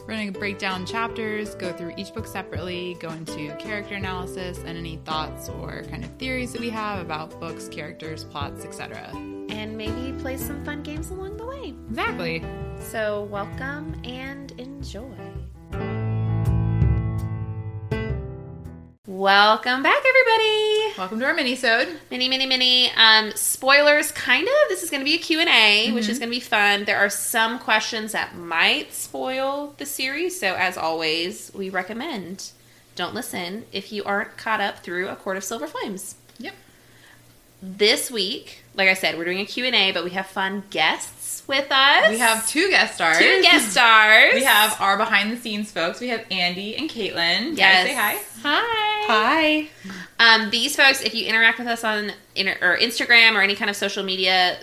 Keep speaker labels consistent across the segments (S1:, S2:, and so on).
S1: We're going to break down chapters, go through each book separately, go into character analysis and any thoughts or kind of theories that we have about books, characters, plots, etc.
S2: And maybe play some fun games along the way.
S1: Exactly.
S2: So, welcome and enjoy. Welcome back, everybody.
S1: Welcome to our mini-sode.
S2: Many, many, many um, spoilers. Kind of. This is going to be a Q and A, which
S1: Mm-hmm.
S2: is going to be fun. There are some questions that might spoil the series, so as always, we recommend don't listen if you aren't caught up through a court of silver flames
S1: Yep.
S2: this week. Like I said, we're doing a Q and A, but we have fun guests with us.
S1: We have two guest stars.
S2: two guest stars.
S3: We have our behind the scenes folks. We have Andy and Caitlin. Guys,
S2: Yes.
S3: Say hi.
S1: Hi.
S3: Hi.
S2: Um, these folks, if you interact with us on inter- or Instagram or any kind of social media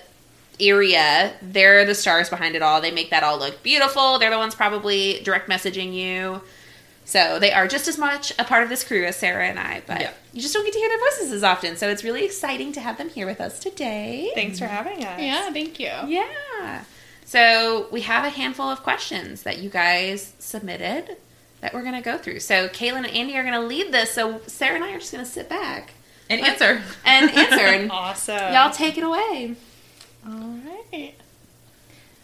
S2: area, they're the stars behind it all. They make that all look beautiful. They're the ones probably direct messaging you. So they are just as much a part of this crew as Sarah and I, but
S3: Yeah.
S2: you just don't get to hear their voices as often. So it's really exciting to have them here with us today.
S3: Thanks for having us.
S1: Yeah, thank you.
S2: Oh. Yeah. So we have a handful of questions that you guys submitted that we're going to go through. So Caitlin and Andy are going to lead this. So Sarah and I are just going to sit back
S3: And answer.
S2: and answer. And
S4: Awesome.
S2: y'all take it away.
S4: All right.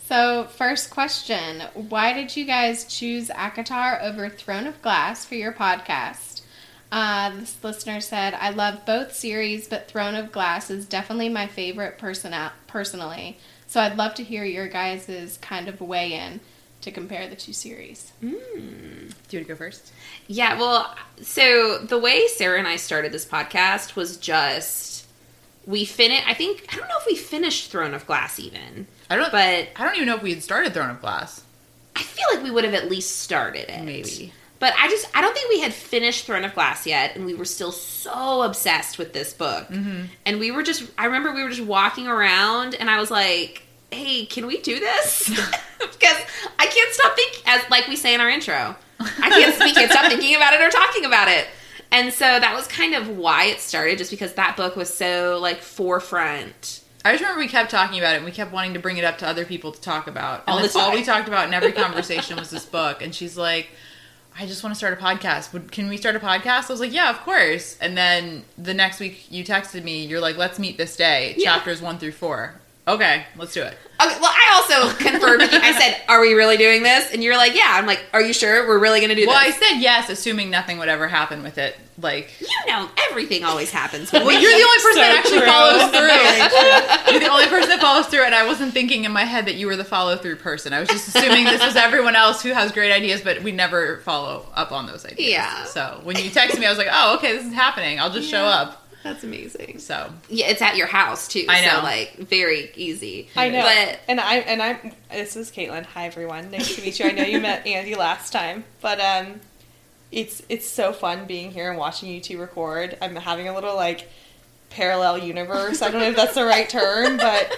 S4: So, first question Why did you guys choose ACOTAR over Throne of Glass for your podcast? Uh, this listener said, I love both series, but Throne of Glass is definitely my favorite persona- personally. So, I'd love to hear your guys' kind of weigh in to compare the two series.
S1: Do you want to go first?
S2: Yeah, well, so the way Sarah and I started this podcast was just we finished. I think I don't know if we finished Throne of Glass even,
S1: I don't
S2: but
S1: I don't even know if we had started Throne of Glass.
S2: I feel like we would have at least started it.
S1: Maybe.
S2: But I just I don't think we had finished Throne of Glass yet, and we were still so obsessed with this book. And we were just I remember we were just walking around, and I was like, "Hey, can we do this?" because I can't stop thinking, as like we say in our intro, I can't we can't stop thinking about it or talking about it. And so that was kind of why it started, just because that book was so like forefront.
S1: I just remember we kept talking about it and we kept wanting to bring it up to other people to talk about. And
S2: All the
S1: that's all
S2: time.
S1: we talked about in every conversation was this book. And she's like, I just want to start a podcast. Would, can we start a podcast? I was like, yeah, of course. And then the next week you texted me, you're like, let's meet this day,
S2: Yeah.
S1: chapters one through four. Okay, let's do it.
S2: Okay, well, I also confirmed. with you. I said, "Are we really doing this?" And you're like, "Yeah." I'm like, "Are you sure we're really going to do
S1: Well, I
S2: this?"
S1: said yes, assuming nothing would ever happen with it. Like,
S2: you know, everything always happens. With
S1: well, you're the only person that
S4: So
S1: actually follows through.
S4: true.
S1: you're the only person that follows through, and I wasn't thinking in my head that you were the follow through person. I was just assuming this was everyone else who has great ideas, but we never follow up on those ideas.
S2: Yeah.
S1: So when you text me, I was like, oh, okay, this is happening. I'll just show up.
S4: That's amazing.
S1: So
S2: yeah, it's at your house too.
S1: I know.
S2: so, like very easy.
S4: I know.
S2: but
S4: and I and I'm this is Caitlin. Hi everyone. Nice to meet you. I know you met Andy last time, but um it's it's so fun being here and watching you two record. I'm having a little like parallel universe. I don't know if that's the right term, but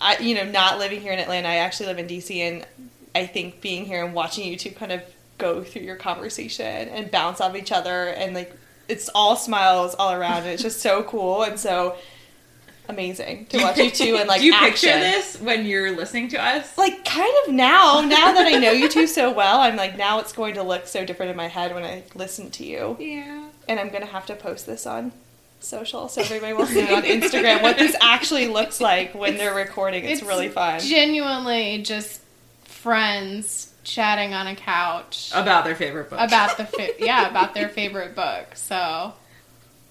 S4: I you know, not living here in Atlanta, I actually live in DC and I think being here and watching you two kind of go through your conversation and bounce off each other and like it's all smiles all around and it's just so cool and so amazing to watch you two and like
S3: Do you
S4: action.
S3: picture this when you're listening to us?
S4: Like kind of now, now that I know you two so well, I'm like now it's going to look so different in my head when I listen to you.
S2: yeah,
S4: And I'm gonna have to post this on social so everybody will see on Instagram what this actually looks like when they're recording. It's, really fun.
S5: Genuinely just friends chatting on a couch
S3: About their favorite book.
S5: about the fa- yeah, about their favorite book. So,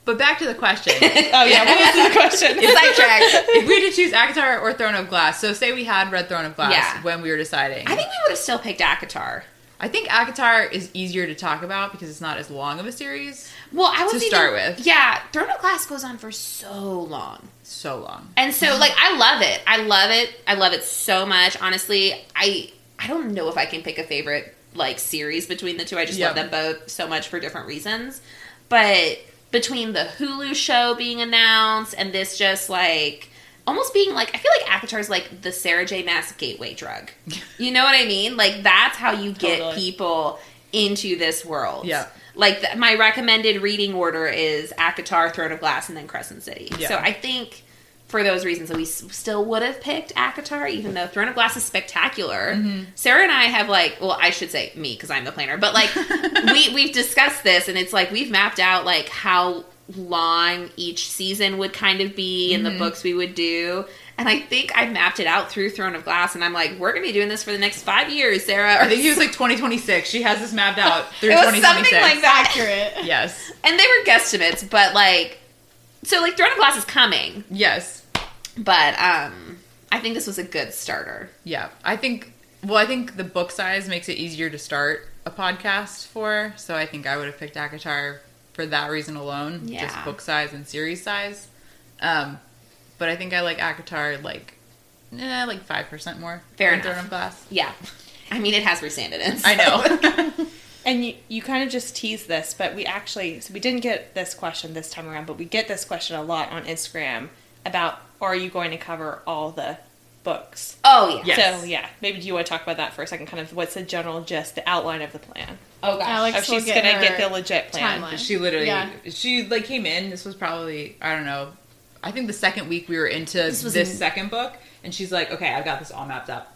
S1: But back to the question.
S4: Oh yeah, what was the question?
S2: sidetrack.
S1: if we had to choose Akatar or Throne of Glass, so say we had read Throne of Glass
S2: Yeah.
S1: when we were deciding.
S2: I think we would have still picked Akatar.
S1: I think Akatar is easier to talk about because it's not as long of a series.
S2: Well, I was
S1: To
S2: even-
S1: start with.
S2: Yeah, Throne of Glass goes on for so long,
S1: So long.
S2: and so like I love it. I love it. I love it so much. Honestly, I I don't know if I can pick a favorite like series between the two. I just
S1: Yeah.
S2: love them both so much for different reasons. But between the Hulu show being announced and this just like almost being like I feel like Akatar is like the Sarah J. Mass gateway drug. You know what I mean? Like that's how you get
S4: Totally.
S2: people into this world.
S1: Yeah.
S2: Like th- my recommended reading order is Akatar, Throne of Glass, and then Crescent City.
S1: Yeah.
S2: So I think for those reasons that we s- still would have picked Akatar, even though Throne of Glass is spectacular. Sarah and I have like, well, I should say me because I'm the planner, but like we we've discussed this, and it's like we've mapped out like how long each season would kind of be and the books we would do. And I think I mapped it out through Throne of Glass, and I'm like, we're gonna be doing this for the next five years, Sarah.
S1: I think it was like 2026. She has this mapped out through
S2: it was
S1: 2026.
S2: something like that.
S5: Accurate.
S1: Yes.
S2: And they were guesstimates, but like, so like Throne of Glass is coming,
S1: Yes.
S2: but um, I think this was a good starter.
S1: Yeah. I think, well, I think the book size makes it easier to start a podcast for. So I think I would have picked Akatar for that reason alone.
S2: Yeah.
S1: Just book size and series size. Um, but I think I like Akatar like, eh, like 5% more.
S2: Fair
S1: than
S2: enough.
S1: Throne of Glass.
S2: Yeah, I mean it has resand in it.
S1: I know.
S4: And you, you kind of just tease this, but we actually, so we didn't get this question this time around, but we get this question a lot on Instagram about are you going to cover all the books?
S2: oh yeah.
S1: Yeah. Yes.
S4: So, yeah, maybe do you want to talk about that for a second? Kind of what's the general gist, the outline of the plan?
S2: Oh gosh.
S5: Alex
S4: If
S5: will
S4: she's
S5: get
S4: going to
S5: her
S4: get the legit plan.
S5: timeline.
S1: She literally,
S5: Yeah.
S1: she like came in. This was probably I don't know. I think the second week we were into this,
S2: was in-
S1: second book, and she's like, "Okay, I've got this all mapped up."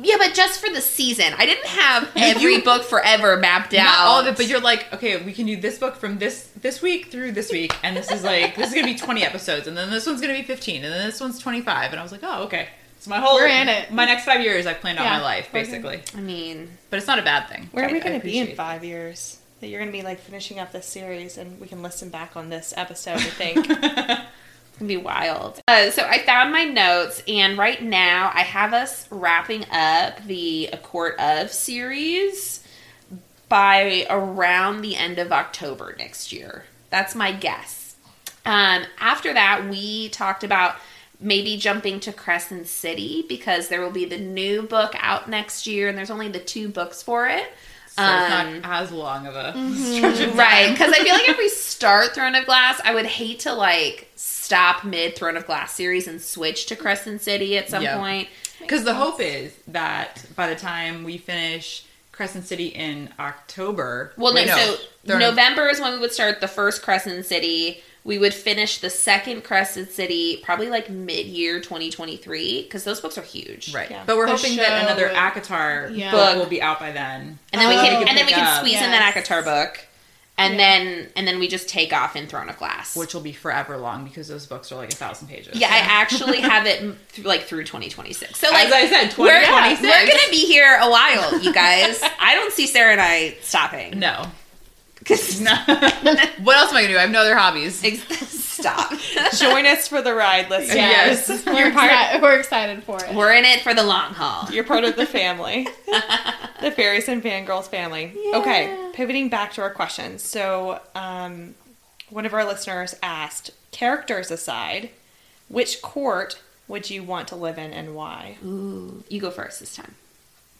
S2: Yeah, but just for the season. I didn't have every book forever mapped out.
S1: Not all of it, but you're like, "Okay, we can do this book from this this week through this week, and this is like this is gonna be 20 episodes, and then this one's gonna be 15, and then this one's 25." And I was like, "Oh, okay." So my whole
S5: We're in it.
S1: My next five years, I've planned out
S5: Yeah,
S1: my life
S5: we're in it.
S1: basically,
S2: I mean,
S1: but it's not a bad thing.
S4: Where
S1: I-
S4: are we
S1: I
S4: going to be in
S1: appreciate
S4: five years? That you're going to be like finishing up this series and we can listen back on this episode to think.
S2: it's gonna be wild. Uh, so I found my notes, and right now I have us wrapping up the A Court of series by around the end of October next year. That's my guess. Um, after that, we talked about maybe jumping to Crescent City because there will be the new book out next year, and there's only the two books for it.
S1: So
S2: Um, mm-hmm.
S1: it's not as long of a stretch of time.
S2: Right, because I feel like if we start Throne of Glass, I would hate to like stop mid Throne of Glass series and switch to Crescent City at some
S1: Yeah.
S2: point.
S1: Because the hope is that by the time we finish Crescent City in October,
S2: Well, no,
S1: wait,
S2: so
S1: they're-
S2: November is when we would start the first Crescent City. We would finish the second Crescent City probably like mid year 2023 because those books are huge.
S1: right?
S4: Yeah.
S1: But we're
S5: The
S1: hoping that
S5: show
S1: another
S5: would-
S1: Akatar
S5: Yeah.
S1: book will be out by then,
S2: And then we
S5: Oh,
S2: can,
S5: we can
S2: and then we
S1: pick
S2: can
S1: up.
S2: squeeze in
S5: Yes.
S2: that Akatar book. And then and then we just take off in Throne of Glass.
S1: which will be forever long because those books are like a thousand pages.
S2: yeah, I actually have it m- th- like through 2026. So like
S1: as I said,
S2: We're,
S1: twenty twenty six.
S2: we're gonna be here a while, you guys. I don't see Sarah and I stopping.
S1: no,
S2: 'Cause-
S1: no. what else am I gonna do? I have no other hobbies.
S2: ex- stop.
S4: Join us for the ride, listeners.
S1: Yes.
S5: We're, exci- we're excited for it.
S2: We're in it for the long haul.
S4: You're part of the family. the fairies and fangirls family. Okay, pivoting back to our questions. So, um, one of our listeners asked, characters aside, which court would you want to live in and why?
S2: Ooh, you go first this time.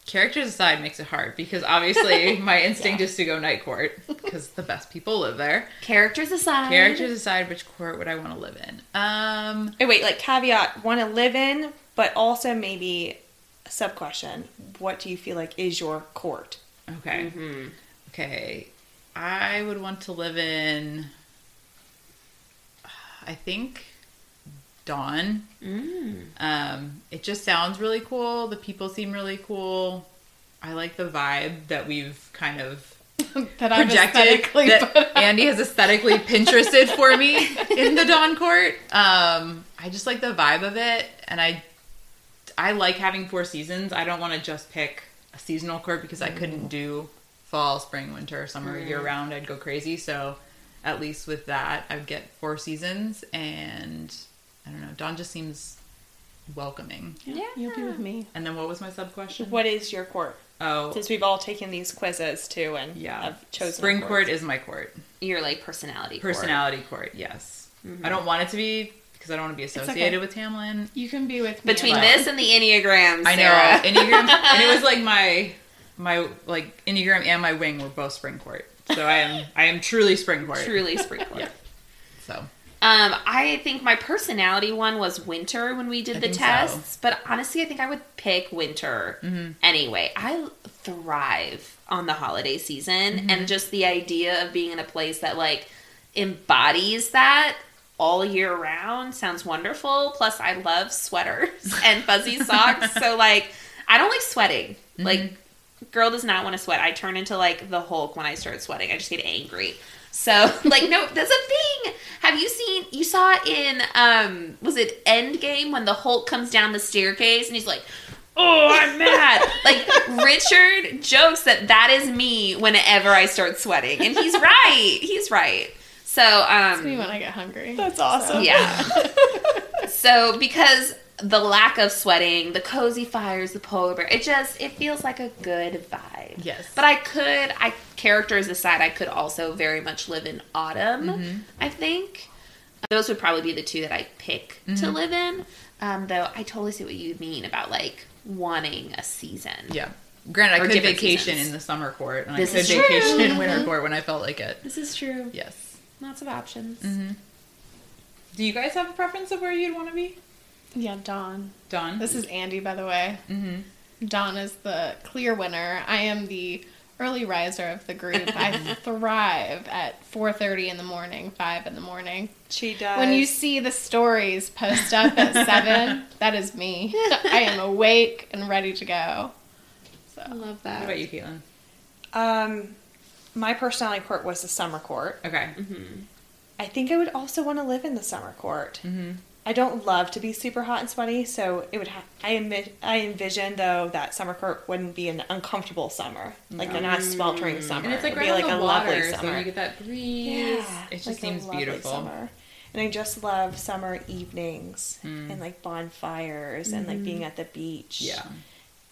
S1: Characters aside makes it hard because obviously my instinct is to go Night Court because the best people live there.
S2: Characters aside.
S1: Characters aside, which court would I want to live in? Um,
S4: Oh, wait, like caveat, want to live in, but also maybe a sub question, what do you feel like is your court?
S1: Okay. Okay. I would want to live in, I think, Dawn. Um, it just sounds really cool. The people seem really cool. I like the vibe that we've kind of
S5: that I've
S1: projected.
S5: aesthetically
S1: That
S5: put out.
S1: Andy has aesthetically Pinterested for me in the Dawn Court. Um, I just like the vibe of it, and I, I like having four seasons. I don't want to just pick a seasonal court because I couldn't do fall, spring, winter, summer, year round. I'd go crazy. So, at least with that, I'd get four seasons, and I don't know. Dawn just seems welcoming.
S2: Yeah.
S4: You'll be with me.
S1: And then what was my sub question?
S4: What is your court?
S1: Oh,
S4: Since we've all taken these quizzes too and
S1: yeah.
S4: have chosen. our
S1: spring
S4: courts.
S1: court is my court.
S2: Your like personality. board.
S1: personality court. Yes,
S4: Mm-hmm.
S1: I don't want it to be because I don't want to be associated with Tamlin.
S5: You can be with me.
S2: Between
S5: alone.
S2: this and the Enneagram,
S1: I
S2: Sarah.
S1: know Enneagram, and it was like my my like Enneagram and my wing were both spring court. So I am I am truly spring court.
S2: Truly spring court.
S1: So
S2: Um, Um, I think my personality one was winter when we did
S1: I
S2: the
S1: think so.
S2: tests, but honestly, I think I would pick winter
S1: Mm-hmm.
S2: anyway. I thrive on the holiday season
S1: Mm-hmm.
S2: and just the idea of being in a place that like embodies that all year round sounds wonderful. Plus, I love sweaters and fuzzy socks, so like I don't like sweating. Like
S1: Mm-hmm.
S2: girl does not want to sweat. I turn into like the Hulk when I start sweating. I just get angry. So like no, that's a thing. Have you seen? You saw in um was it Endgame when the Hulk comes down the staircase and he's like. Oh, I'm mad. like Richard jokes that that is me whenever I start sweating, and he's right. He's right. So, um,
S5: me when I get hungry.
S4: That's awesome.
S2: yeah. so because the lack of sweating, the cozy fires, the polar bear, it just it feels like a good vibe.
S1: Yes.
S2: But I could I characters aside, I could also very much live in autumn,
S1: Mm-hmm.
S2: I think. Those would probably be the two that I pick to
S1: Mm-hmm.
S2: live in. Um, though I totally see what you mean about like wanting a season.
S1: Yeah. Granted,
S2: Or
S1: I could
S2: different
S1: vacation
S2: seasons.
S1: in the summer court, and
S2: This
S1: I could
S2: is true.
S1: vacation in winter court when I felt like it.
S2: This is true.
S1: Yes.
S2: Lots of options.
S1: Mm.
S3: Do you guys have a preference of where you'd want to be?
S5: Yeah, Dawn.
S3: Dawn?
S5: This is Andy, by the way. Mm-hmm. Dawn is the clear winner. I am the early riser of the group. I thrive at 4.30 in the morning, 5 in the morning.
S4: She does.
S5: When you see the stories post up at 7, that is me. I am awake and ready to go.
S2: I
S5: So,
S2: love
S3: What
S2: that.
S3: about you, Caitlin?
S4: um, my personality court was the summer court.
S3: Okay.
S4: I think I would also want to live in the summer court.
S1: Mm-hmm.
S4: I don't love to be super hot and sweaty, so it would. Ha- I envi- I envision though that summer court wouldn't be an uncomfortable summer, like a not sweltering summer.
S3: And it's like
S4: It'd
S3: right
S4: be
S3: on
S4: like
S3: the
S4: a
S3: water,
S4: lovely
S3: so
S4: summer.
S3: you get that breeze.
S4: yeah,
S3: it just
S4: like a
S3: seems
S4: lovely
S3: beautiful.
S4: Summer. And I just love summer evenings
S3: Hmm.
S4: and like bonfires and like being at the beach.
S1: Yeah.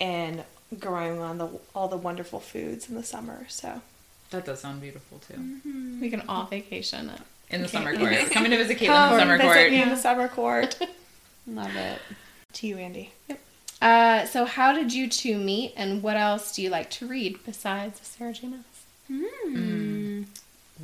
S4: and growing on the all the wonderful foods in the summer. So
S3: That does sound beautiful too.
S5: we can all vacation at
S3: In the
S4: Okay.
S3: summer court. Coming to visit Caitlin in
S5: Come
S3: the summer
S4: visit
S3: court.
S4: me in
S5: Yeah.
S4: the Oh, summer court.
S2: Love it.
S4: to you, Andy.
S5: Uh, so how did you two meet, and what else do you like to read besides Sarah J. Maas?
S2: Hmm.
S1: Mm.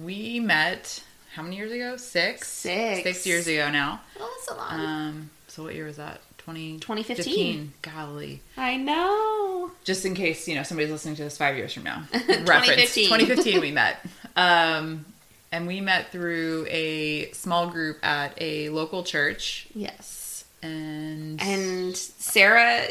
S1: We met how many years ago? Six.
S2: Six.
S1: Six years ago now.
S2: Oh, that's a lot.
S1: Um. So what year was that? 20,
S2: 2015.
S1: Golly.
S2: I know.
S1: Just in case you know somebody's listening to this five years from now.
S2: 2015.
S1: 2015. We met. Um. And we met through a small group at a local church,
S2: Yes.
S1: and
S2: And Sarah,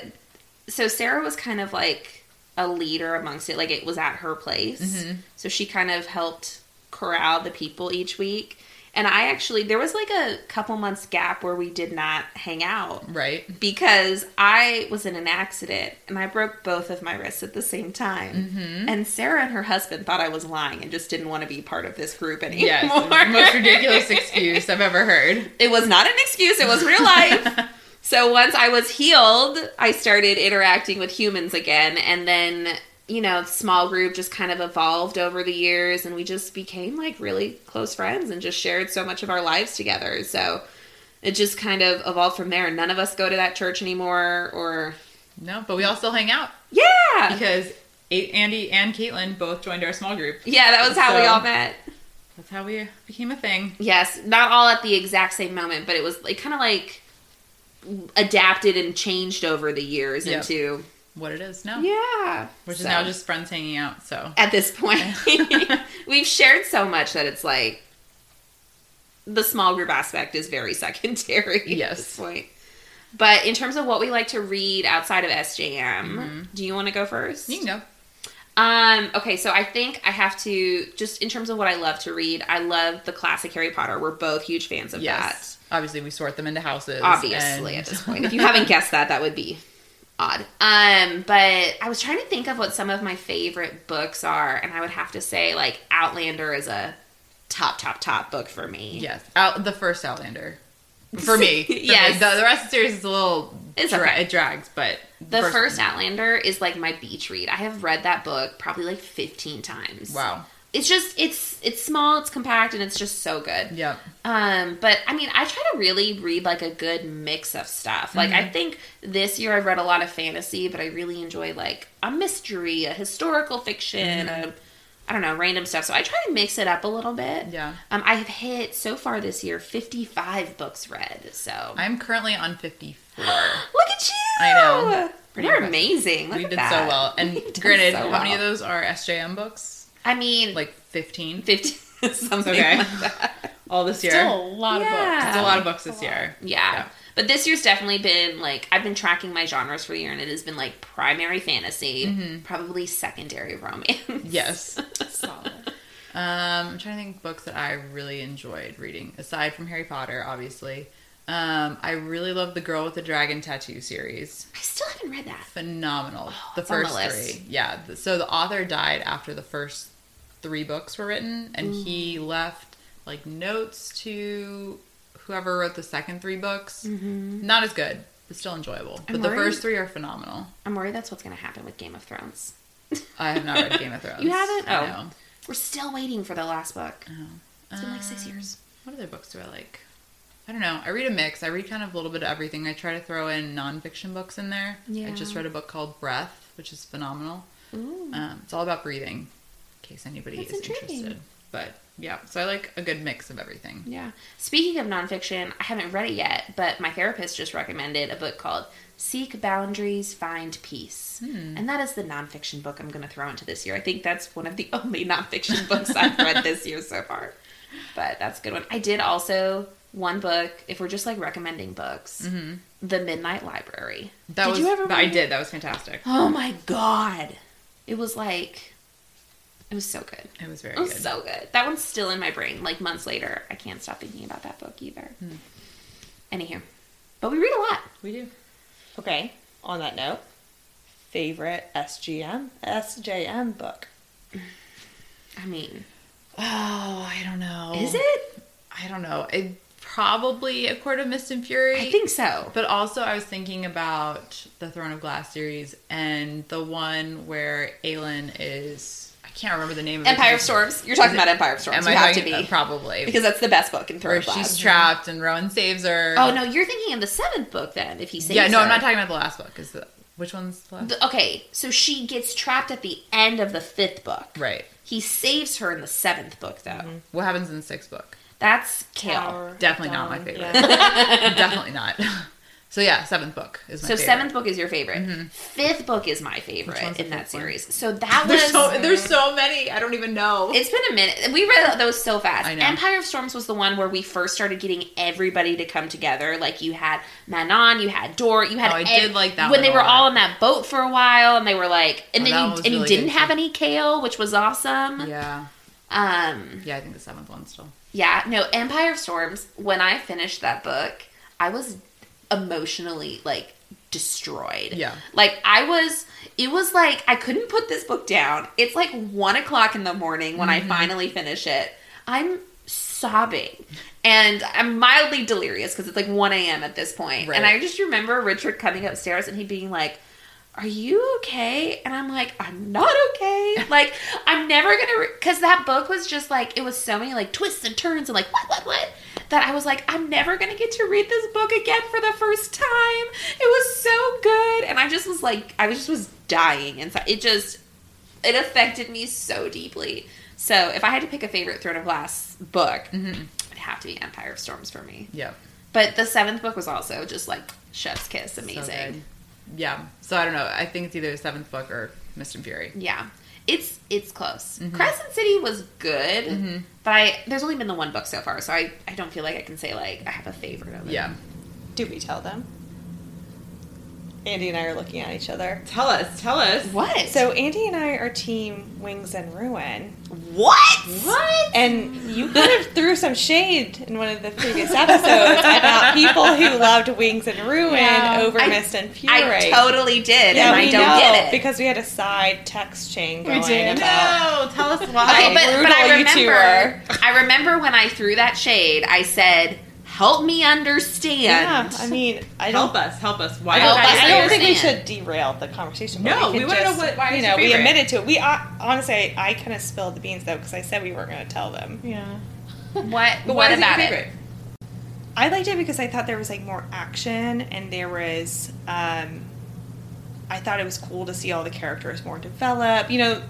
S2: so Sarah was kind of like a leader amongst it. Like it was at her place.
S1: Mm-hmm.
S2: So she kind of helped corral the people each week. And I actually, there was like a couple months gap where we did not hang out
S1: right.
S2: because I was in an accident and I broke both of my wrists at the same time.
S1: Mm-hmm.
S2: And Sarah and her husband thought I was lying and just didn't want to be part of this group anymore.
S1: Yes, it was the most ridiculous excuse I've ever heard.
S2: it was not an excuse it was real life so once i was healed i started interacting with humans again and then you know small group just kind of evolved over the years and we just became like really close friends and just shared so much of our lives together so it just kind of evolved from there none of us go to that church anymore or
S1: No, but we all still hang out
S2: yeah
S1: because A- Andy and Caitlin both joined our small group.
S2: yeah that was how we
S1: So-
S2: all met
S1: That's how we became a thing.
S2: Yes, not all at the exact same moment, but it was like kind of like adapted and changed over the years
S1: Yep.
S2: into
S1: What it is now,
S2: yeah,
S1: which is
S2: So,
S1: now just friends hanging out. So
S2: at this point we've shared so much that it's like the small group aspect is very secondary at
S1: Yes.
S2: this point. But in terms of what we like to read outside of SJM, do you want to go first?
S1: Mm-hmm. you can go.
S2: Um, okay, so I think I have to just in terms of what I love to read, I love the classic Harry Potter. We're both huge fans of that.
S1: Yes, obviously we sort them into houses.
S2: obviously
S1: and-
S2: at this point if you haven't guessed that that would be odd um but i was trying to think of what some of my favorite books are and i would have to say like outlander is a top top top book for me
S1: yes, out the first Outlander for me. For
S2: Yes.
S1: me. The, the rest of the series is a little
S2: It's
S1: dra-
S2: okay.
S1: it drags, but
S2: the first,
S1: one-
S2: outlander is like my beach read i have read that book probably like 15 times
S1: Wow.
S2: it's just it's it's small it's compact and it's just so good
S1: Yep.
S2: Um, but I mean, I try to really read like a good mix of stuff. Like,
S1: Mm-hmm.
S2: I think this year I've read a
S1: Mm-hmm.
S2: lot of fantasy, but I really enjoy like a mystery, a historical fiction, a I don't know, random stuff. So I try to mix it up a little bit.
S1: Yeah.
S2: Um, I have hit so far this year 55 books read. So
S1: I'm currently on 54.
S2: look at you.
S1: I know. Pretty
S2: You're
S1: impressive.
S2: amazing. Look
S1: we
S2: at
S1: did so
S2: that.
S1: well. And
S2: We've done
S1: granted,
S2: so
S1: how many of
S2: well.
S1: those are SJM books?
S2: I mean, like
S1: Like 15?
S2: 50 something.
S1: Okay.
S2: Like that.
S1: All this year?
S5: Still a lot
S2: Yeah.
S5: of books.
S1: It's a lot of books this year.
S2: Yeah.
S1: Yeah.
S2: But this year's definitely been like I've been tracking my genres for the year, and it has been like primary fantasy, probably secondary romance.
S1: Mm-hmm. Yes.
S5: Solid.
S1: Um, I'm trying to think books that I really enjoyed reading, aside from Harry Potter, obviously. Um, I really love the Girl with the Dragon Tattoo series.
S2: I still haven't read that.
S1: Phenomenal. the
S2: Oh, it's on my
S1: first
S2: list.
S1: three. Yeah. th- So the author died after the first three books were written, and
S2: Mm.
S1: he left like notes to whoever wrote the second three books. Not as good, but still enjoyable.
S2: Mm-hmm. I'm
S1: but the
S2: worried-
S1: first three are phenomenal.
S2: I'm worried that's what's going to happen with Game of Thrones.
S1: I have not read Game of Thrones.
S2: You haven't?
S1: I
S2: Oh.
S1: know.
S2: We're still waiting for the last book. It's been like six
S1: Um,
S2: years.
S1: What other books do I like? I don't know. I read a mix. I read kind of a little bit of everything. I try to throw in nonfiction books in there. I just
S2: Yeah.
S1: read a book called Breath, which is phenomenal.
S2: Ooh.
S1: Um, it's all about breathing, in case anybody
S2: That's
S1: is
S2: intriguing.
S1: interested. But yeah, so I like a good mix of everything.
S2: Yeah. Speaking of nonfiction, I haven't read it yet, but my therapist just recommended a book called Seek Boundaries, Find Peace.
S1: Hmm.
S2: And that is the nonfiction book I'm going to throw into this year. I think that's one of the only nonfiction books I've read this year so far. But that's a good one. I did also one book, if we're just like recommending books, The Midnight Library.
S1: Mm-hmm. That
S2: Did
S1: was,
S2: you ever
S1: that I
S2: read it?
S1: did. That was fantastic.
S2: Oh my God. It was like, it was so good.
S1: It was very
S2: It
S1: good.
S2: was so good. That one's still in my brain. Like months later, I can't stop thinking about that book either.
S1: Hmm.
S2: Anywho, but we read a lot.
S1: we do.
S4: Okay. On that note, favorite SGM SJM book.
S2: I mean,
S1: Oh, I don't know.
S2: is it?
S1: I don't know. It probably a court of mist and fury.
S2: I think so.
S1: But also, I was thinking about the Throne of Glass series and the one where Aelin is. I can't remember the name of
S2: Empire
S1: it.
S2: of Storms. You're talking about Empire of Storms.
S1: Am
S2: You
S1: I
S2: have to
S1: talking-
S2: be
S1: uh, probably
S2: because that's the best book in Throne
S1: where
S2: of Glass.
S1: she's trapped and Rowan saves her.
S2: oh no, you're thinking of the seventh book then. If he saves
S1: yeah, no, I'm
S2: her.
S1: not talking about the last book. Is the which one's the last?
S2: The- okay, so she gets trapped at the end of the fifth book.
S1: right. Mm-hmm.
S2: He saves her in the seventh book though.
S1: What happens in the sixth book?
S2: That's Kale.
S4: Tower
S1: Definitely not
S4: Dawn,
S1: my favorite.
S4: yeah.
S1: Definitely not. So yeah, seventh book is my
S2: So
S1: favorite. Mm-hmm.
S2: seventh book is your favorite. Fifth book is my favorite
S1: one's the
S2: in that
S1: fifth one?
S2: series. So that was
S1: There's so there's so many. I don't even know.
S2: It's been a minute. We read those so fast.
S1: I know.
S2: Empire of Storms was the one where we first started getting everybody to come together. Like you had Manon, you had Dort, you had.
S1: Oh, I did like that
S2: when
S1: one
S2: they
S1: a
S2: were
S1: lot.
S2: all on that boat for a while, and they were like, and
S1: Oh, that
S2: then you
S1: one was
S2: and you
S1: really
S2: didn't
S1: good,
S2: have
S1: too.
S2: any kale, which was awesome.
S1: yeah,
S2: Um,
S1: yeah. I think the seventh one still.
S2: yeah, no, Empire of Storms. When I finished that book, I was emotionally like destroyed.
S1: Yeah.
S2: Like I was, it was like I couldn't put this book down. It's like one o'clock in the morning when I finally finish it. I'm sobbing and I'm mildly delirious because it's like 1 a.m. at this point. And
S1: Right.
S2: I just remember Richard coming upstairs and he being like, are you okay? And I'm like, I'm not okay. Like, I'm never gonna, because that book was just like, it was so many like twists and turns and like, what, what, what, that I was like, I'm never gonna get to read this book again for the first time. It was so good. And I just was like, I was just was dying inside. It just, it affected me so deeply. So if I had to pick a favorite Throne of Glass book, it'd have to be Empire of Storms for me.
S1: Yep.
S2: But the seventh book was also just like, chef's kiss, amazing.
S1: good. Yeah. So I don't know. I think it's either the seventh book or Mist and Fury.
S5: Mm-hmm.
S2: Yeah. It's it's close.
S4: Mm-hmm.
S2: Crescent City was good, but I there's only been the one book so far, so I, I don't feel like I can say like I have a favorite of it.
S1: Yeah.
S4: Did we tell them? Andy and I are looking at each other.
S3: Tell us, tell us.
S2: What?
S4: So Andy and I are team Wings and Ruin,
S2: what? What?
S4: and you kind of threw some shade in one of the previous episodes about people who loved Wings and Ruin
S5: Yeah.
S4: over
S2: I-
S4: Mist and Fury.
S2: I totally did,
S4: yeah,
S2: and I
S4: we
S2: don't
S4: know,
S2: get it.
S4: because we had a side text chain
S5: We
S4: going
S5: did.
S4: about.
S1: No, tell us why.
S2: okay, but, but
S4: brutal
S2: I
S4: you two
S2: remember
S4: are.
S2: I remember when I threw that shade, I said, Help me understand.
S4: Yeah, I mean, I don't
S3: Help us, help us. Why?
S2: Help
S3: did
S2: us
S3: I-
S4: I don't think we
S2: understand.
S4: should derail the conversation. but
S3: No,
S4: could
S3: we wanna
S4: just,
S3: know what- why
S4: you
S3: it's
S4: know
S3: your
S4: we
S3: favorite.
S4: admitted to it. We uh, honestly, I, I kind of spilled the beans though because I said we weren't going to tell them.
S5: Yeah.
S2: what
S3: But why
S2: what
S3: is it your
S2: about it?
S3: favorite?
S4: I liked it because I thought there was like more action and there was. Um, I thought it was cool to see all the characters more develop. You know,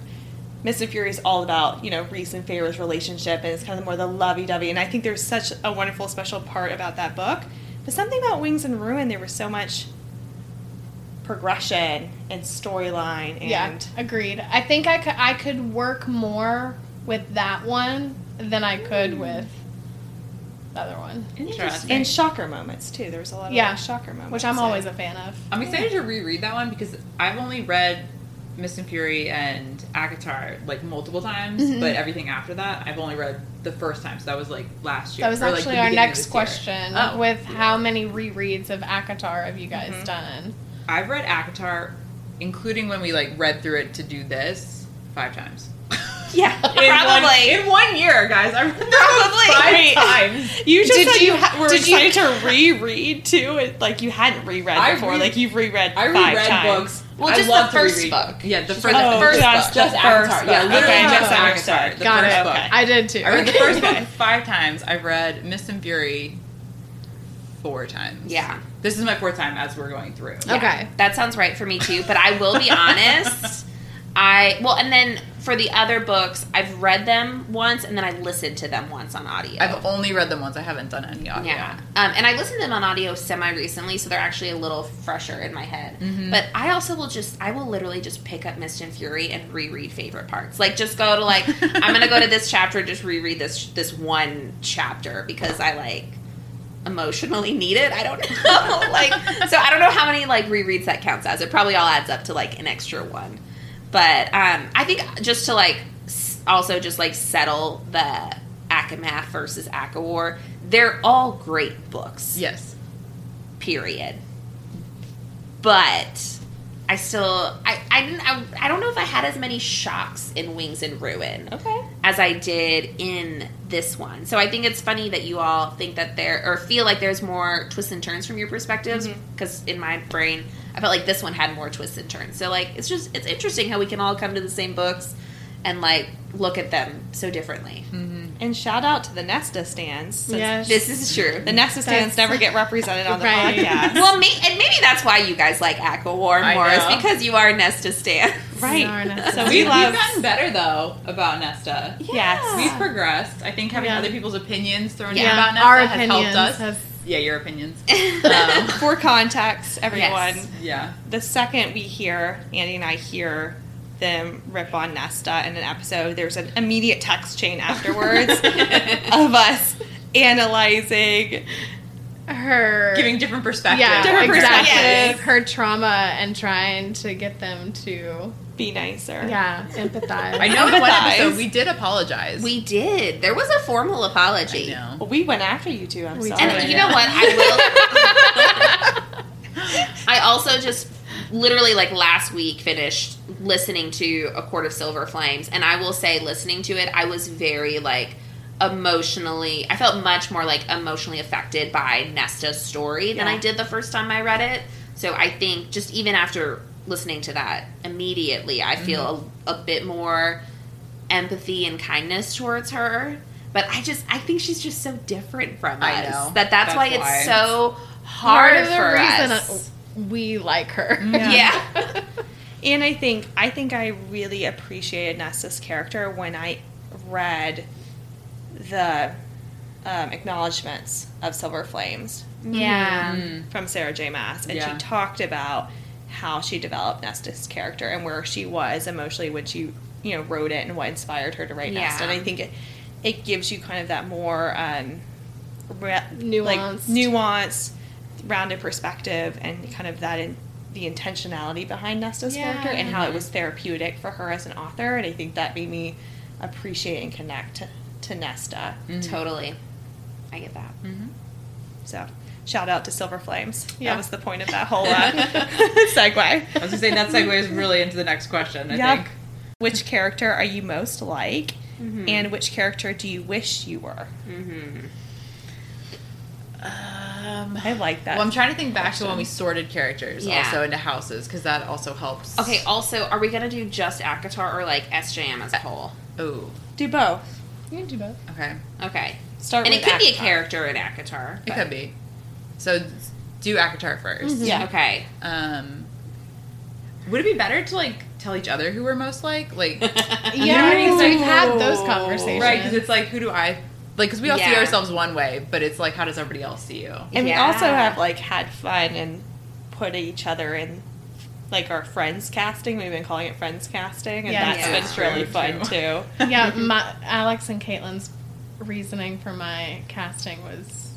S4: Mist and Fury is all about, you know, Reese and Feyre's relationship, and it's kind of more the lovey-dovey. And I think there's such a wonderful special part about that book. But something about Wings and Ruin, there was so much progression and storyline, and
S5: yeah, agreed. I think I could I could work more with that one than I could with the other one,
S1: Interesting.
S4: and shocker moments too. There was a lot of
S5: Yeah.
S4: like, shocker moments,
S5: which I'm
S4: and-
S5: always a fan of.
S1: I'm excited to reread that one because I've only read Miss and Fury and Akatar like multiple times,
S5: Mhm.
S1: but everything after that I've only read the first time, so that was like last year.
S5: That was
S1: or, like, the
S5: actually our
S1: beginning of
S5: next
S1: this year.
S5: question
S1: Oh.
S5: with how many rereads of Akatar have you guys done?
S1: I've read Akatar, including when we like read through it to do this, five times.
S4: yeah.
S1: In one-
S2: Probably.
S1: in one year, guys. I read
S4: Probably.
S1: that
S4: Right.
S1: book five times.
S4: You just
S5: Did
S4: said
S5: you
S4: you
S5: ha-
S4: were
S5: did you-
S4: excited to reread too. It, like you hadn't reread
S1: I
S4: before.
S1: re-
S4: like you've reread.
S1: I
S4: five
S1: reread
S4: times.
S1: books.
S2: Well,
S1: I
S2: just
S1: love
S2: the
S1: to
S2: first
S1: reread.
S2: book.
S1: Yeah, the first,
S4: read
S1: the
S4: the
S1: first
S4: first
S1: book.
S4: book.
S1: Just Avatar. Yeah,
S4: Okay,
S1: literally just
S4: misunderstood.
S1: Avatar. The
S5: Got
S1: first
S5: it.
S1: book.
S4: Okay.
S5: I did too.
S1: I read the
S5: Okay.
S1: first
S4: Okay.
S1: book five times. I've read Miss and Fury four times.
S2: Yeah.
S1: This is my fourth time as we're going through.
S2: Yeah,
S5: Okay.
S2: that sounds right for me too. But I will be honest. I well, and then for the other books, I've read them once, and then I listened to them once on audio.
S1: I've uh, only read them once. I haven't done any audio.
S2: yeah, um, and I listened to them on audio semi recently, so they're actually a little fresher in my head. But I also will just, I will literally just pick up Mist and Fury and reread favorite parts. Like, just go to like, I'm gonna go to this chapter, and just reread this this one chapter because I like emotionally need it. I don't know. like, so I don't know how many like rereads that counts as. It probably all adds up to like an extra one. But um, I think just to like s- also just like settle the Akamath versus Akawar, they're all great books.
S1: Yes.
S2: Period. But I still I I didn't I, I don't know if I had as many shocks in Wings and Ruin
S4: Okay.
S2: as I did in this one. So I think it's funny that you all think that there or feel like there's more twists and turns from your perspectives
S1: Mm-hmm.
S2: because in my brain I felt like this one had more twists and turns. So like it's just it's interesting how we can all come to the same books and like look at them so differently.
S1: Mm-hmm.
S4: And shout out to the Nesta stands. since
S5: Yes.
S2: This is true.
S4: The Nesta stands
S5: That's-
S4: never get represented on the
S5: Right.
S4: podcast.
S2: Well, may- and maybe that's why you guys like Aquawar
S1: I
S2: more is
S1: know.
S2: because you are Nesta Stan.
S4: right.
S5: Darn.
S4: So
S1: We
S4: we love.
S1: have gotten better though about Nesta.
S4: Yes.
S1: We've progressed. I think having
S5: Yeah.
S1: other people's opinions thrown
S5: Yeah,
S1: in about Nesta
S5: our
S1: has helped
S5: opinions
S1: us.
S5: has-
S1: yeah, your opinions.
S4: Um,
S1: Um,
S4: for context, everyone,
S2: Yes.
S1: yeah.
S4: the second we hear Andy and I hear them rip on Nesta in an episode, there's an immediate text chain afterwards of us analyzing.
S5: her
S1: Giving different perspectives.
S5: yeah,
S4: different
S5: exactly.
S4: perspectives.
S5: Her trauma and trying to get them to
S4: Be nicer.
S5: yeah empathize.
S1: I know in one
S4: Empathize.
S1: episode we did apologize.
S2: We did. There was a formal
S1: I
S2: apology.
S1: know.
S4: Well, we went after you two. I'm
S5: We
S4: sorry.
S2: And
S5: Oh,
S2: you
S1: yeah.
S2: know what? I will. I also just literally like last week finished listening to A Court of Silver Flames, and I will say, listening to it, I was very like emotionally. I felt much more like emotionally affected by Nesta's story than
S4: Yeah.
S2: I did the first time I read it. So I think just even after listening to that immediately, I feel
S4: Mm-hmm.
S2: a, a bit more empathy and kindness towards her. But I just, I think she's just so different from
S1: I
S2: us
S1: know.
S2: that that's,
S1: That's
S2: why,
S1: why.
S2: it's so
S5: Part
S2: hard
S5: of the
S2: for
S5: reason
S2: us.
S5: we like her.
S2: Yeah.
S4: And I think I think I really appreciated Nesta's character when I read the um, acknowledgments of Silver Flames
S2: Mm-hmm. Yeah.
S4: from Sarah J. Mass, and
S1: Yeah.
S4: she talked about how she developed Nesta's character and where she was emotionally when she you know wrote it and what inspired her to write
S2: Yeah.
S4: Nesta. And I think it it gives you kind of that more um, re- like
S5: Nuanced.
S4: nuanced, rounded perspective, and kind of that in the intentionality behind Nesta's
S5: Yeah.
S4: character and how it was therapeutic for her as an author. And I think that made me appreciate and connect to, to Nesta.
S2: Totally. I get that.
S4: So. Shout out to Silver Flames.
S5: Yeah.
S4: That was the point of that whole uh, segue.
S1: I was gonna say that segues really into the next question. I
S4: Yep.
S1: think.
S4: Which character are you most like?
S2: Mm-hmm.
S4: And which character do you wish you were?
S1: Um,
S4: I like that.
S1: well, I'm trying to think back to when we sorted characters
S2: Yeah.
S1: also into houses because that also helps.
S2: Okay, also, are we going to do just Akatar or like SJM as a whole?
S1: Oh.
S4: do both.
S5: You can do both.
S1: Okay.
S2: Okay.
S4: Start
S2: And
S4: with
S2: it could be a
S4: Akatar.
S2: character in Akatar.
S1: It
S2: but-
S1: could be. So do Akatar 1st
S4: Yeah.
S2: Okay.
S1: Um, would it be better to like tell each other who we're most like? Like,
S5: Yeah,
S1: what I mean?
S5: because we've had those
S4: Ooh.
S5: conversations.
S1: right? Because it's like, who do I like? Because we all see
S2: Yeah.
S1: ourselves one way, but it's like, how does everybody else see you?
S4: And
S2: Yeah.
S4: we also have like had fun and put each other in like our friends casting. We've been calling it friends casting, and
S5: Yeah.
S4: that's
S2: Yeah.
S4: been really fun too.
S5: yeah, my, Alex and Caitlin's reasoning for my casting was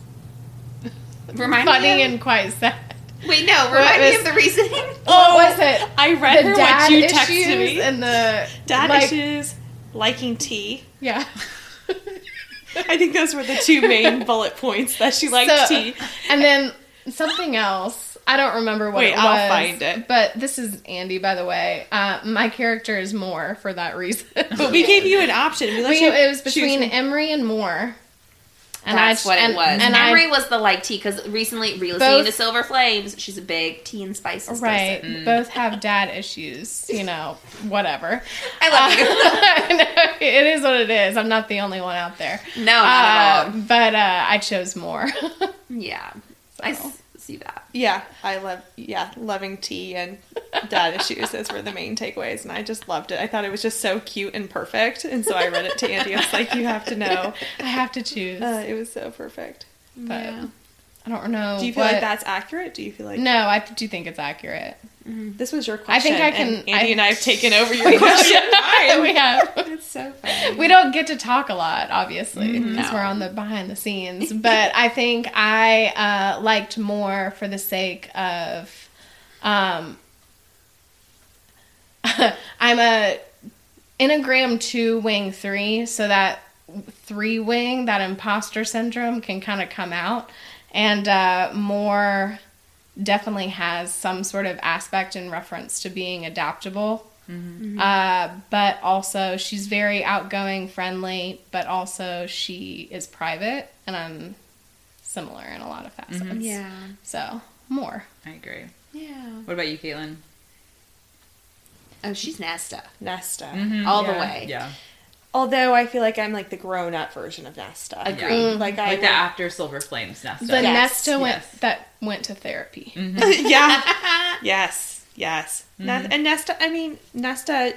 S2: Remind me
S5: funny
S2: of-
S5: and quite sad.
S2: Wait, no. Remind me
S5: was-
S2: of the reasoning.
S4: Oh,
S5: what was it?
S4: I read
S5: The
S4: her
S5: dad
S4: what you
S5: issues
S4: texted me.
S5: and the
S4: dad
S5: like,
S4: issues, liking tea.
S5: Yeah.
S4: I think those were the two main bullet points that she liked
S5: So-
S4: tea.
S5: And then something else. I don't remember what
S4: Wait,
S5: it was.
S4: I'll find it.
S5: But this is Andy, by the way. Uh, my character is Moore for that reason.
S4: But we gave you an option. We let
S5: We-
S4: you
S5: it was
S4: choose
S5: between
S4: from-
S5: Emery and Moore. And
S2: That's
S5: I,
S2: what
S5: and,
S2: it was.
S5: And
S2: And
S5: I
S2: Emery was the like tea because recently, re-listening
S5: Both-
S2: to Silver Flames, she's a big tea and spices
S5: Right.
S2: person.
S4: Mm.
S5: Both have dad issues, you know, whatever.
S2: I love
S5: Uh, it is what it is. I'm not the only one out there.
S2: you. No, not at
S5: Uh,
S2: all.
S5: but uh, I chose more.
S2: Yeah, I s- see that.
S4: Yeah, I love yeah, loving tea and dad issues. Those were the main takeaways, and I just loved it. I thought it was just so cute and perfect, and so I read it to Andy. I was like, you have to know.
S5: I have to choose.
S4: Uh, it was so perfect.
S5: but I don't know.
S4: Do you feel
S5: what-
S4: like that's accurate? Do you feel like
S5: No, I do think it's accurate.
S4: this was your question?
S5: I think I
S4: and Andy
S5: can- I-
S4: and I have taken over your question.
S5: we have.
S2: It's so funny.
S5: We don't get to talk a lot, obviously,
S2: No.
S5: because we're on the behind the scenes. But I think I uh, liked more for the sake of, um, I'm a Enneagram two wing three, so that three wing, that imposter syndrome, can kind of come out, and uh, more definitely has some sort of aspect in reference to being adaptable. Uh, but also, she's very outgoing, friendly, but also she is private, and I'm similar in a lot of facets.
S2: Yeah,
S5: So, more.
S1: I agree.
S2: yeah.
S1: What about you, Caitlin?
S2: Oh, she's Nesta
S4: Nesta.
S1: Mm-hmm.
S2: all the
S5: Yeah.
S2: way.
S1: Yeah,
S4: Although I feel like I'm like the grown up version of Nesta.
S1: Agreed.
S4: Yeah. Like I
S1: like the after Silver Flames Nesta.
S5: The
S4: Yes,
S5: Nesta went
S1: yes.
S5: that went to therapy.
S4: yeah. Yes. Yes. Nes-
S2: Mm-hmm.
S4: and Nesta, I mean, Nesta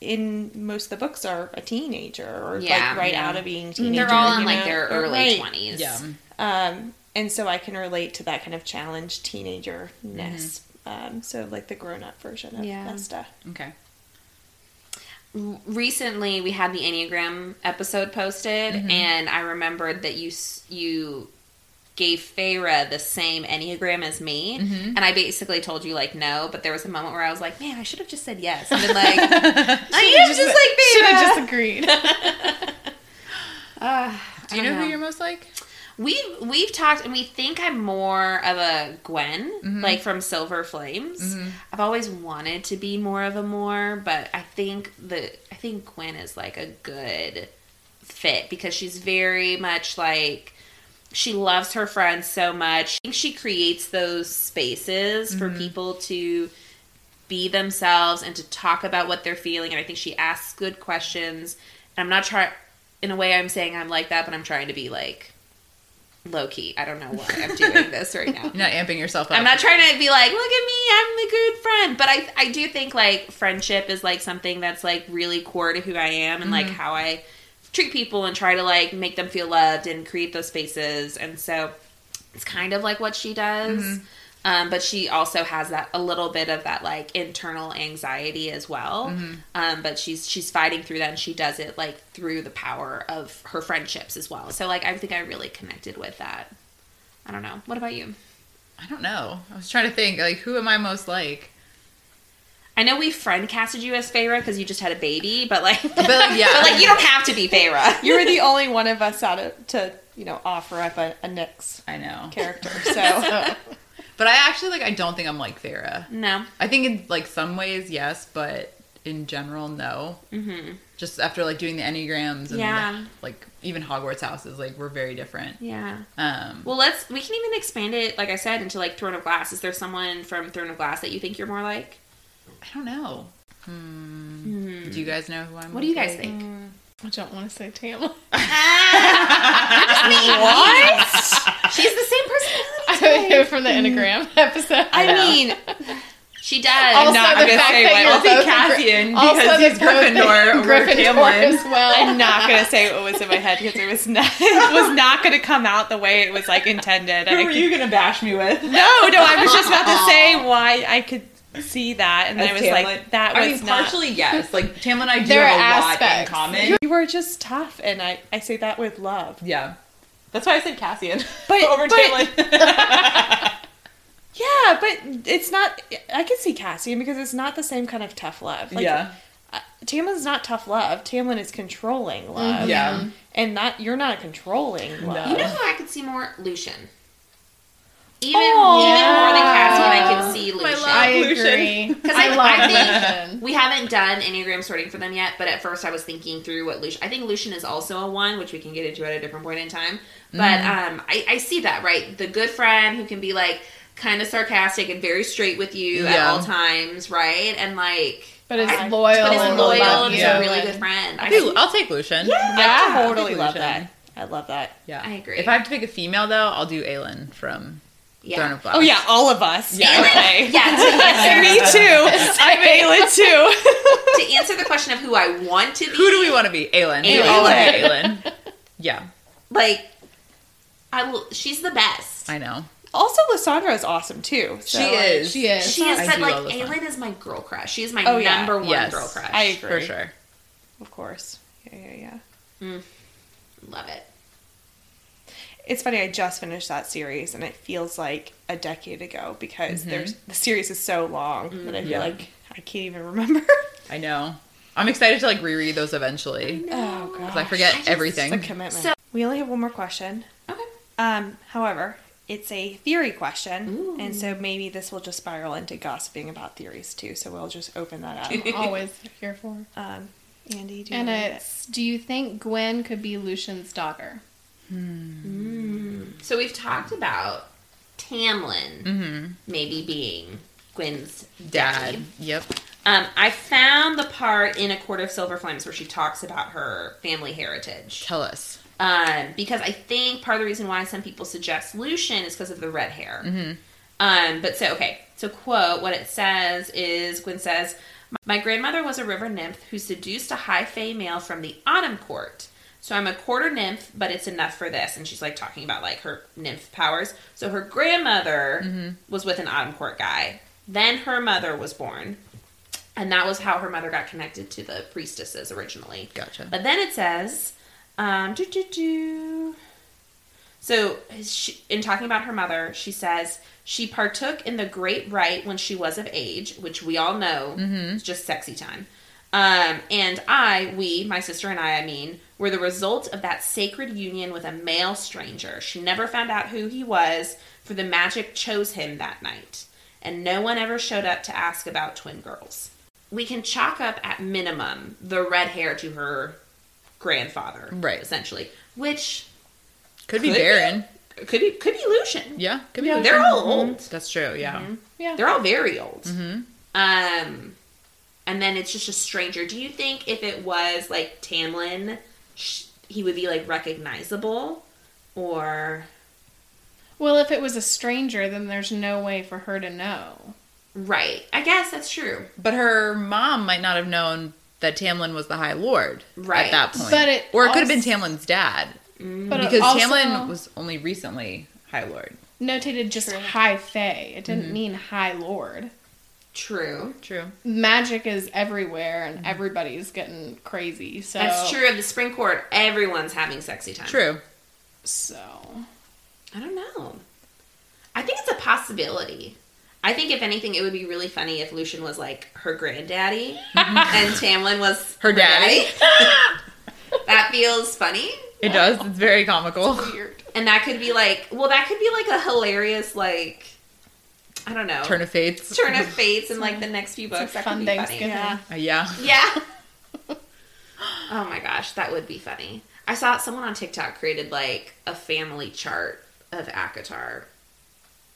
S4: in most of the books are a teenager or
S2: Yeah. Mm,
S4: like right
S1: Yeah.
S4: out of being teenager.
S2: They're all in
S4: you
S2: like
S4: know?
S2: their early
S4: Right.
S2: twenties.
S1: yeah,
S4: Um, and so I can relate to that kind of challenge teenager ness. Um, so like the grown up version of
S2: Mm-hmm. Yeah.
S4: Nesta.
S1: okay.
S2: recently we had the enneagram episode posted
S1: Mm-hmm.
S2: and i remembered that you s- you gave Feyre the same enneagram as me
S1: Mm-hmm.
S2: and i basically told you like no but there was a moment where i was like man i should have just said yes and been like i am just, like
S5: Should have
S2: Feyre.
S5: just agreed.
S2: Ugh,
S1: Do you
S2: Ah, I
S1: know,
S2: don't
S1: who you're most like?
S2: We've we've talked, and we think I'm more of a Gwen, like from Silver Flames. I've always wanted to be more of a Moore, but I think the I think Gwen is like a good fit because she's very much like she loves her friends so much. I think she creates those spaces for people to be themselves and to talk about what they're feeling. And I think she asks good questions. And I'm not trying. In a way, I'm saying I'm like that, but I'm trying to be like low key. I don't know why I'm doing this right now.
S1: You're not amping yourself up.
S2: I'm not trying to be like, look at me, I'm the good friend. But I, I do think like friendship is like something that's like really core to who I am and like how I treat people and try to like make them feel loved and create those spaces. And so it's kind of like what she does. Um, but she also has that a little bit of that like internal anxiety as well. Um, but she's she's fighting through that, and she does it like through the power of her friendships as well. So like I think I really connected with that. I don't know. What about you?
S1: I don't know. I was trying to think. Like, who am I most like?
S2: I know we friend casted you as Feyre because you just had a baby, but like, but
S1: But yeah,
S2: like you don't have to be Feyre.
S4: You were the only one of us out of, to, you know, offer up a, a Nyx
S1: I know.
S4: character. So
S1: But I actually like. I don't think I'm like Farah.
S2: No,
S1: I think in like some ways, yes, but in general, no. Mm-hmm. Just after like doing the enneagrams and
S2: Yeah.
S1: like even Hogwarts houses, like we're very different.
S2: yeah.
S1: Um,
S2: Well, let's. We can even expand it, like I said, into like Throne of Glass. Is there someone from Throne of Glass that you think you're more like?
S1: I don't know. Hmm.
S3: Mm-hmm.
S1: Do you guys know who I'm?
S2: What do you
S1: like?
S2: guys think?
S5: I don't want to say Tamla.
S2: She's the same person.
S5: I would hear from the Enneagram episode.
S4: I mean,
S2: She does.
S5: Also,
S3: not
S5: the
S3: gonna
S5: fact
S3: say
S5: that
S3: what-
S5: you're
S3: I'll say
S5: both
S3: Cassian
S5: also
S3: because
S5: the
S3: he's
S5: both-
S3: Gryffindor over Camlin.
S5: as well.
S4: I'm not gonna say what was in my head because it was not it was not gonna come out the way it was like intended.
S3: Who
S4: I
S3: were
S4: could-
S3: you gonna bash me with?
S4: Oh, No, no, I was just about to say why I could see that, and then I was like, that was
S3: I mean,
S4: not.
S3: partially yes. Like Tamlin and I do
S5: There are
S3: have a
S5: aspects.
S3: lot in common.
S4: you were just tough, and I, I say that with love.
S3: Yeah, that's why I said Cassian
S4: But-
S3: over
S4: but-
S3: Tamlin.
S4: Yeah, but it's not. I can see Cassian because it's not the same kind of tough love. Like,
S3: yeah,
S4: uh, Tamlin's not tough love. Tamlin is controlling love.
S3: yeah.
S4: and not you're not controlling love.
S2: You know who I could see more? Lucian. Even, even more than
S5: yeah.
S2: Cassian, I can see
S5: I
S2: Lucian.
S5: agree.
S2: I-
S5: I
S2: I
S5: love
S2: think-
S5: Lucian.
S2: We haven't done Enneagram sorting for them yet, but at first I was thinking through what Lucian. I think Lucian is also a one, which we can get into at a different point in time. But um, I, I see that, right? The good friend who can be like kind of sarcastic and very straight with you at
S1: Yeah.
S2: all times, right? And like,
S5: But it's
S4: I-
S5: loyal
S2: but is
S5: and
S2: loyal
S5: love
S2: and
S5: you.
S2: is a really good friend.
S1: I
S2: I,
S1: think- I'll take Lucian. Yeah.
S4: I
S1: Yeah.
S4: totally
S1: Lucian.
S4: love that. I love that.
S1: yeah.
S2: I agree.
S1: If I have to pick a female, though, I'll do Aelin from Throne
S2: yeah.
S1: of Glass.
S4: Oh yeah, all of us.
S1: Yeah.
S4: Okay.
S2: Yeah, to answer,
S4: Me too. I'm Ayla too.
S2: to answer the question of who I want to be,
S1: Who do we want to be? Aelin.
S2: Aelin.
S1: All of Aelin. Yeah,
S2: like I will she's the best.
S1: I know.
S4: also, Lissandra is awesome too. so,
S1: She
S4: like,
S1: is.
S5: She is.
S2: she is
S1: I
S2: but
S1: do
S2: like
S1: all the time.
S2: Aylin is my girl crush. She is my
S4: Oh, yeah.
S2: number one
S1: Yes.
S2: girl crush.
S4: I agree.
S1: For sure.
S4: Of course. Yeah, yeah, yeah.
S2: love it.
S4: It's funny. I just finished that series, and it feels like a decade ago because there's the series is so long that I feel
S1: Yeah.
S4: like I can't even remember.
S1: I know. I'm excited to like reread those eventually.
S4: oh
S1: Because
S4: god,
S1: I forget everything.
S4: it's a commitment.
S2: So-
S4: we only have one more question.
S2: Okay.
S4: Um, however, it's a theory question,
S2: Ooh.
S4: and so maybe this will just spiral into gossiping about theories too. So we'll just open that up.
S5: Always here for. her.
S4: um, Andy, do you
S5: And
S4: wanna read
S5: it's do you think Gwen could be Lucian's daughter?
S2: So we've talked about Tamlin maybe being Gwyn's
S1: Dad.
S2: daddy.
S1: Yep.
S2: Um, I found the part in A Court of Silver Flames where she talks about her family heritage.
S1: Tell us.
S2: Um, because I think part of the reason why some people suggest Lucian is because of the red hair. Um, but so, okay. So, quote, what it says is Gwen says, My grandmother was a river nymph who seduced a high fae male from the autumn court. So I'm a quarter nymph, but it's enough for this. And she's like talking about like her nymph powers. So her grandmother was with an autumn court guy. Then her mother was born. And that was how her mother got connected to the priestesses originally.
S1: Gotcha.
S2: But then it says, um, do, do, do. So, she, in talking about her mother, she says she partook in the great rite when she was of age, which we all know is just sexy time. Um, and I, we, my sister and I, I mean, were the result of that sacred union with a male stranger. She never found out who he was, for the magic chose him that night. And no one ever showed up to ask about twin girls. We can chalk up at minimum the red hair to her grandfather,
S1: Right.
S2: Essentially, which
S1: Could be
S2: Could be.
S1: Baron.
S2: could be could be Lucian.
S1: Yeah. Could be
S2: Yeah.
S1: Lucian.
S2: They're all old.
S1: That's true. Yeah.
S5: Yeah.
S2: They're all very old.
S1: Mm-hmm.
S2: Um, and then it's just a stranger. Do you think if it was like Tamlin, sh- he would be like recognizable, or
S5: Well, if it was a stranger, then there's no way for her to know.
S2: right? I guess that's true.
S1: But her mom might not have known that Tamlin was the High Lord
S2: Right.
S1: at that point.
S5: But it
S1: or it could have been
S5: also-
S1: Tamlin's dad.
S5: But it
S1: Because
S5: Uh, also
S1: Tamlin was only recently High Lord.
S5: notated just high fae. It didn't mean high lord.
S2: True.
S1: True.
S5: Magic is everywhere, and everybody's getting crazy. So
S2: That's true. Of the spring court, everyone's having sexy time.
S1: True.
S5: So
S2: I don't know. I think it's a possibility. I think if anything, it would be really funny if Lucian was like her granddaddy and Tamlin was
S1: Her daddy.
S2: that feels funny.
S1: It does. It's very comical.
S5: weird.
S2: And that could be like, well, that could be like a hilarious, like, I don't know,
S1: Turn of Fates.
S2: turn of fates in like the next few books.
S5: It's a
S2: that
S5: fun
S2: could be funny.
S5: Thanksgiving.
S4: Yeah.
S1: Uh, yeah.
S2: Yeah. oh my gosh, that would be funny. I saw someone on TikTok created like a family chart of Akatar,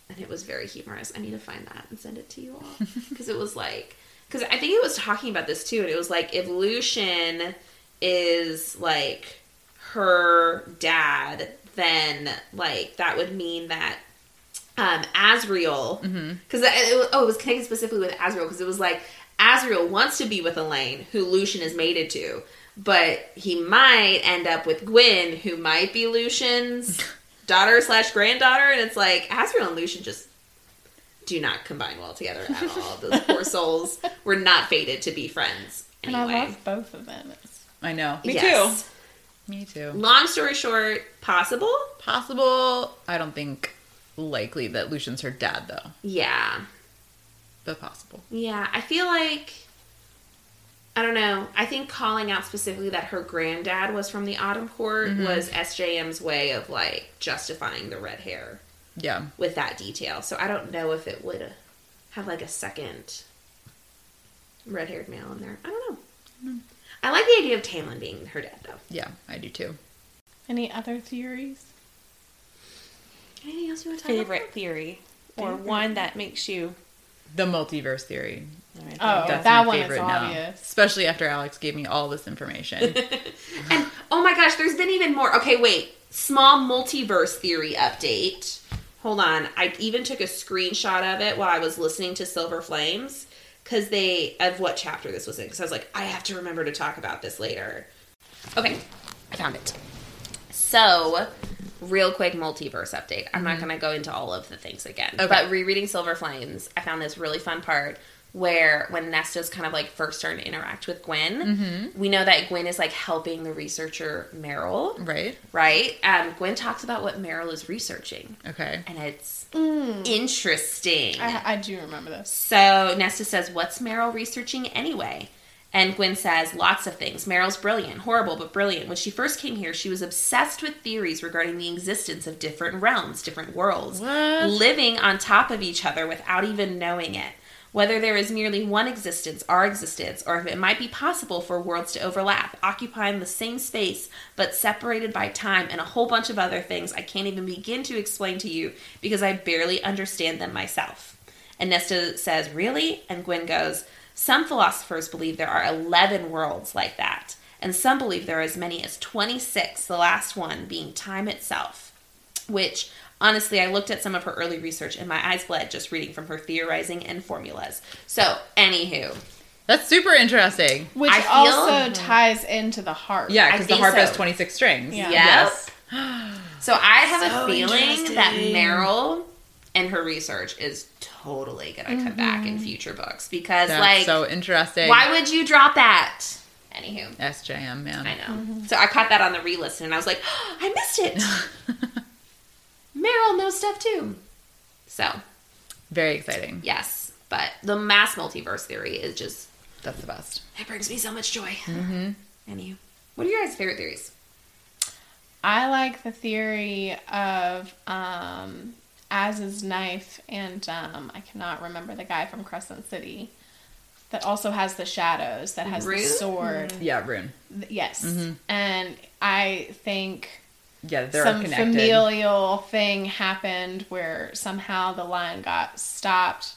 S2: and it was very humorous. I need to find that and send it to you all because it was like, because I think it was talking about this too, and it was like if Lucian is like her dad, then like that would mean that um, Asriel,
S5: Mm-hmm.
S2: because oh, it was connected specifically with Asriel because it was like Asriel wants to be with Elaine, who Lucian is mated to, but he might end up with Gwyn, who might be Lucian's daughter slash granddaughter, and it's like Asriel and Lucian just do not combine well together at all. Those poor souls were not fated to be friends
S5: And
S2: anyway.
S5: I love both of them. It's-
S1: I know.
S3: Me
S2: Yes.
S1: Me too.
S2: Long story short, possible.
S1: Possible. I don't think likely that Lucian's her dad though,
S2: Yeah.
S1: but possible.
S2: Yeah, I feel like I don't know. I think calling out specifically that her granddad was from the Autumn Court was SJM's way of like justifying the red hair
S1: Yeah.
S2: with that detail. So I don't know if it would have like a second red haired male in there. I don't know. Mm-hmm. I like the idea of Tamlin being her dad though.
S1: Yeah, I do too.
S5: Any other theories?
S2: Anything else you want to talk
S4: Favorite theory or one that makes you.
S1: The multiverse theory.
S5: Oh,
S1: That's
S5: that
S1: my
S5: one
S1: favorite
S5: is
S1: now.
S5: obvious.
S1: Especially after Alex gave me all this information.
S2: about? And oh my gosh, there's been even more. Okay, wait. Small multiverse theory update. Hold on. I even took a screenshot of it while I was listening to Silver Flames because they, of what chapter this was in, because I was like, I have to remember to talk about this later. Okay, I found it. So, real quick multiverse update. I'm
S5: Mm-hmm.
S2: not going to go into all of the things again. But rereading Silver Flames, I found this really fun part where when Nesta's kind of like first starting to interact with Gwen,
S5: Mm-hmm.
S2: we know that Gwen is like helping the researcher Meryl,
S1: right?
S2: right? Um, Gwen talks about what Meryl is researching,
S1: Okay.
S2: and it's
S5: Mm,
S2: interesting.
S5: I, I do remember this.
S2: So Nesta says, What's Meryl researching anyway? And Gwen says, Lots of things. Meryl's brilliant, horrible, but brilliant. When she first came here, she was obsessed with theories regarding the existence of different realms, different worlds,
S1: What?
S2: living on top of each other without even knowing it. Whether there is merely one existence, our existence, or if it might be possible for worlds to overlap, occupying the same space but separated by time and a whole bunch of other things I can't even begin to explain to you because I barely understand them myself. And Nesta says, Really? And Gwen goes, Some philosophers believe there are 11 worlds like that, and some believe there are as many as 26, the last one being time itself. Which, honestly, I looked at some of her early research and my eyes bled just reading from her theorizing and formulas. So, anywho,
S1: That's super interesting.
S5: Which
S2: I feel-
S5: also ties into the harp.
S1: Yeah,
S2: I
S1: because the
S2: think
S1: harp has
S2: so.
S1: 26 strings.
S5: Yeah.
S2: Yes. So I have a feeling that Meryl and her research is totally going to come back in future books because,
S1: That's
S2: like,
S1: so interesting.
S2: why would you drop that? Anywho,
S1: SJM, man.
S2: I know.
S1: Mm-hmm.
S2: So I caught that on the re-listen and I was like, I missed it. Meryl knows stuff too. So
S1: Very exciting.
S2: yes, but the mass multiverse theory is just
S1: That's the best.
S2: it brings me so much joy. Mm-hmm. Anywho, what are your guys' favorite theories?
S5: I like the theory of um, Az's knife, and um, I cannot remember the guy from Crescent City that also has the shadows, that has the
S2: Rune?
S5: sword.
S1: Yeah, Rune.
S5: Th- Yes.
S2: Mm-hmm.
S5: And I think
S1: Yeah, they're
S5: some
S1: connected.
S5: familial thing happened where somehow the line got stopped.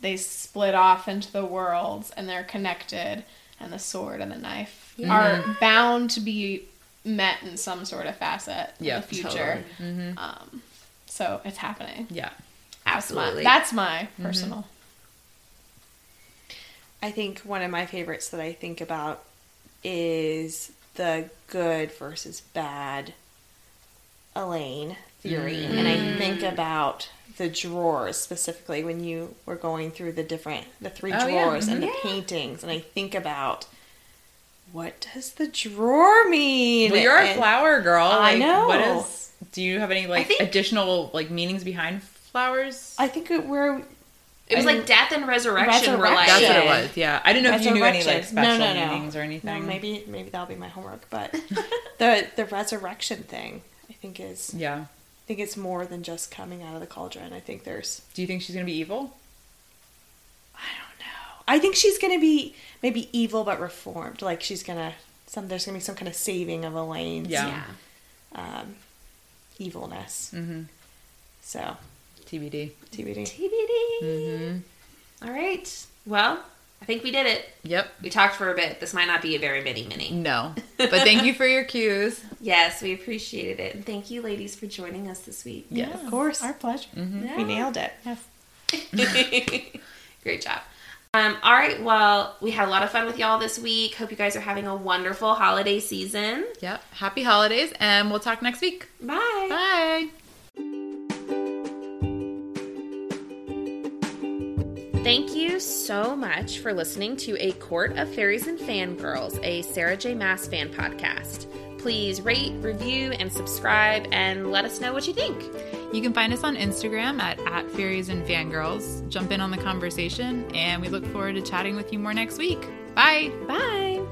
S5: They split off into the worlds and they're connected, and the sword and the knife
S2: Mm-hmm.
S5: are bound to be met in some sort of facet
S1: Yeah,
S5: in the future.
S2: totally. Mm-hmm.
S5: Um, so it's happening.
S1: Yeah.
S2: Absolutely. Mm-hmm.
S5: That's my personal.
S4: I think one of my favorites that I think about is the good versus bad Elaine theory.
S1: Mm.
S4: And I think about the drawers specifically when you were going through the different the three
S1: Oh, yeah.
S4: drawers and the paintings and I think about what does the drawer mean?
S1: Well, you're a
S4: And-
S1: flower girl.
S4: I
S1: Like, What
S4: know.
S1: is? Do you have any like
S2: think-
S1: additional like meanings behind flowers?
S4: I think it- we're
S2: it was like death and resurrection were like
S1: That's what it
S4: Resurrection.
S1: was. Yeah, I didn't know if you knew any like
S4: Resurrection. No,
S1: special
S4: no, no.
S1: meanings or anything.
S4: No, maybe maybe that'll be my homework. But the the resurrection thing, I think is
S1: Yeah.
S4: I think it's more than just coming out of the cauldron. I think there's
S1: Do you think she's gonna be evil?
S4: I don't know. I think she's gonna be maybe evil but reformed. Like she's gonna some there's gonna be some kind of saving of Elaine's
S1: Yeah.
S2: yeah.
S4: um, evilness.
S1: Mm-hmm.
S4: So
S1: TBD.
S4: TBD.
S1: Mm-hmm.
S2: TBD. All right. Well, I think we did it.
S1: Yep.
S2: We talked for a bit. This might not be a very mini mini.
S1: No. But thank you for your cues.
S2: Yes, we appreciated it. And thank you, ladies, for joining us this week.
S1: Yes.
S5: Of course. Our pleasure.
S2: Yeah.
S4: We nailed it.
S5: Yes.
S2: Great job. Um, all right, well, we had a lot of fun with y'all this week. Hope you guys are having a wonderful holiday season.
S1: Yep. Happy holidays, and we'll talk next week.
S2: Bye.
S1: Bye.
S2: Thank you so much for listening to A Court of Fairies and Fangirls, a Sarah J. Mass fan podcast. Please rate, review, and subscribe and let us know what you think.
S1: You can find us on Instagram at, at Fairies and Fangirls. Jump in on the conversation, and we look forward to chatting with you more next week. Bye.
S2: Bye.